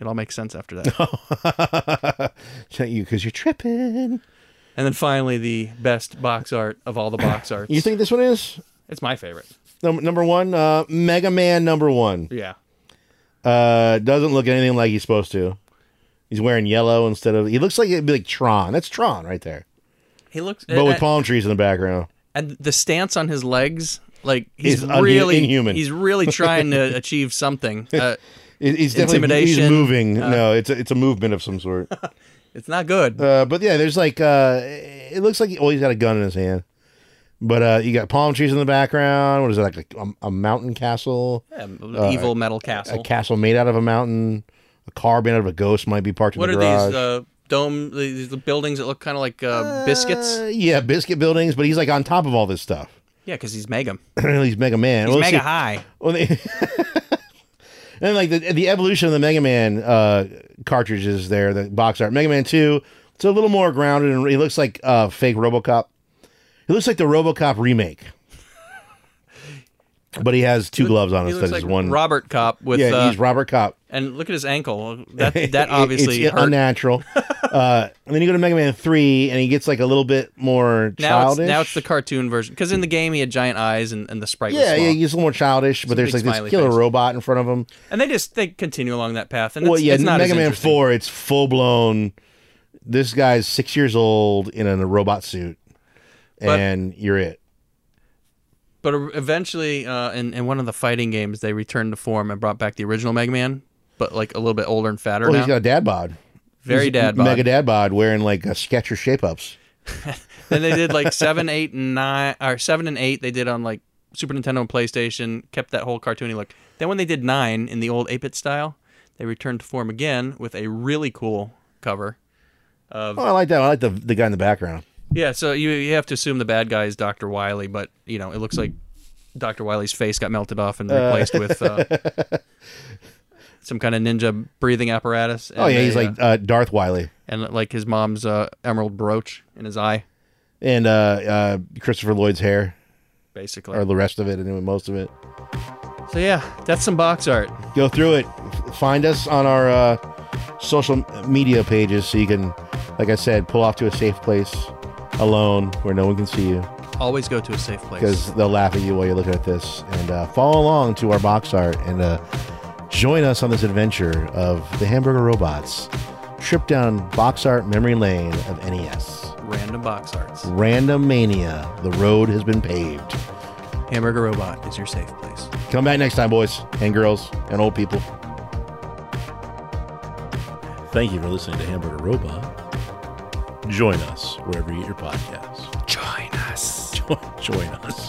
[SPEAKER 4] it all makes sense after that.
[SPEAKER 5] Is that you because you're tripping
[SPEAKER 4] and then finally, the best box art of all the box arts.
[SPEAKER 5] you think this one is
[SPEAKER 4] it's my favorite.
[SPEAKER 5] Num- number one uh mega man number one
[SPEAKER 4] Yeah.
[SPEAKER 5] uh doesn't look anything like he's supposed to he's wearing yellow instead of he looks like it'd be like tron that's tron right there
[SPEAKER 4] He looks
[SPEAKER 5] but with
[SPEAKER 4] and,
[SPEAKER 5] palm trees in the background
[SPEAKER 4] and the stance on his legs, like he's
[SPEAKER 5] Is unhu-
[SPEAKER 4] really
[SPEAKER 5] inhuman.
[SPEAKER 4] He's really trying to achieve something. Uh,
[SPEAKER 5] It- it's definitely he's
[SPEAKER 4] Intimidation, uh,
[SPEAKER 5] moving no it's a, it's a movement of some sort
[SPEAKER 4] it's not good.
[SPEAKER 5] Uh, but yeah, there's like uh, it looks like oh, he's got a gun in his hand. But uh, you got palm trees in the background. What is it like a, a mountain castle?
[SPEAKER 4] Um, evil metal castle.
[SPEAKER 5] A castle made out of a mountain. A car made out of a ghost might be parked in
[SPEAKER 4] what
[SPEAKER 5] the
[SPEAKER 4] are
[SPEAKER 5] garage.
[SPEAKER 4] these uh, dome? These buildings that look kind of like uh, biscuits.
[SPEAKER 5] Uh, yeah, biscuit buildings. But he's like on top of all this stuff.
[SPEAKER 4] Yeah, because he's mega.
[SPEAKER 5] he's Mega Man.
[SPEAKER 4] He's
[SPEAKER 5] Well, let's
[SPEAKER 4] mega
[SPEAKER 5] see.
[SPEAKER 4] high.
[SPEAKER 5] Well, they- and like the the evolution of the Mega Man uh, cartridges there, the box art. Mega Man Two, it's a little more grounded, and he looks like uh, fake RoboCop. He looks like the RoboCop remake, but he has two gloves on
[SPEAKER 4] He
[SPEAKER 5] instead
[SPEAKER 4] looks
[SPEAKER 5] of
[SPEAKER 4] like
[SPEAKER 5] one.
[SPEAKER 4] Robert Cop with
[SPEAKER 5] yeah,
[SPEAKER 4] uh,
[SPEAKER 5] he's Robert Cop.
[SPEAKER 4] And look at his ankle. That that
[SPEAKER 5] It-
[SPEAKER 4] obviously
[SPEAKER 5] it's
[SPEAKER 4] hurt.
[SPEAKER 5] unnatural. uh, and then you go to Mega Man Three, and he gets like a little bit more
[SPEAKER 4] now it's
[SPEAKER 5] childish.
[SPEAKER 4] now it's the cartoon version because in the game he had giant eyes and, and the sprite was
[SPEAKER 5] yeah,
[SPEAKER 4] small.
[SPEAKER 5] yeah, he's a little more childish, but
[SPEAKER 4] a
[SPEAKER 5] there's
[SPEAKER 4] big
[SPEAKER 5] like this
[SPEAKER 4] smiley
[SPEAKER 5] killer
[SPEAKER 4] face.
[SPEAKER 5] robot in front of him.
[SPEAKER 4] and they just they continue along that path. And it's,
[SPEAKER 5] well, yeah,
[SPEAKER 4] it's not as
[SPEAKER 5] Mega Man
[SPEAKER 4] interesting.
[SPEAKER 5] Four, it's full blown. This guy's six years old in a robot suit,
[SPEAKER 4] But-
[SPEAKER 5] and you're it.
[SPEAKER 4] But e- eventually, uh, in in one of the fighting games, they returned to form and brought back the original Mega Man, but like a little bit older and fatter
[SPEAKER 5] Well,
[SPEAKER 4] now.
[SPEAKER 5] he's got a dad bod.
[SPEAKER 4] Very
[SPEAKER 5] He's
[SPEAKER 4] dad bod.
[SPEAKER 5] Mega dad bod, wearing like a Skechers shape ups.
[SPEAKER 4] Then they did like seven, eight, and nine, or seven and eight. They did on like Super Nintendo and PlayStation. Kept that whole cartoony look. Then when they did nine in the old 8-bit style, they returned to form again with a really cool cover.
[SPEAKER 5] Oh, I like that. I like the the guy in the background.
[SPEAKER 4] Yeah, so you you have to assume the bad guy is Doctor Wiley, but you know it looks like Doctor Wiley's face got melted off and replaced with uh, some kind of ninja breathing apparatus. And
[SPEAKER 5] Oh yeah, he's
[SPEAKER 4] a, uh,
[SPEAKER 5] like uh, Darth Wiley
[SPEAKER 4] and like his mom's uh, emerald brooch in his eye,
[SPEAKER 5] and uh, uh, Christopher Lloyd's hair,
[SPEAKER 4] basically.
[SPEAKER 5] or the rest of it, and most of it.
[SPEAKER 4] So yeah, that's some box art.
[SPEAKER 5] Go through it. F- Find us on our uh, social media pages so you can, like I said, pull off to a safe place alone where no one can see you
[SPEAKER 4] Always go to a safe place.
[SPEAKER 5] because they'll laugh at you while you're looking at this. And uh, follow along to our box art and uh, join us on this adventure of the Hamburger Robots trip down box art memory lane of NES.
[SPEAKER 4] Random box arts.
[SPEAKER 5] Random Mania. The road has been paved.
[SPEAKER 4] Hamburger Robot is your safe place.
[SPEAKER 5] Come back next time, boys and girls and old people. Thank you for listening to Hamburger Robot. Join us wherever you get your podcasts.
[SPEAKER 4] Join us.
[SPEAKER 5] Join, join us.